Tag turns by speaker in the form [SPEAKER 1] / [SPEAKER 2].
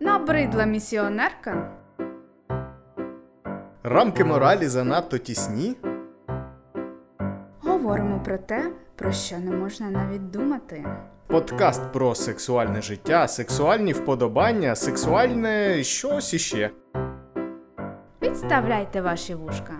[SPEAKER 1] Набридла місіонерка.
[SPEAKER 2] Рамки моралі занадто тісні.
[SPEAKER 1] Говоримо про те, про що не можна навіть думати.
[SPEAKER 2] Подкаст про сексуальне життя, сексуальні вподобання, сексуальне щось іще.
[SPEAKER 1] Підставляйте ваші вушка.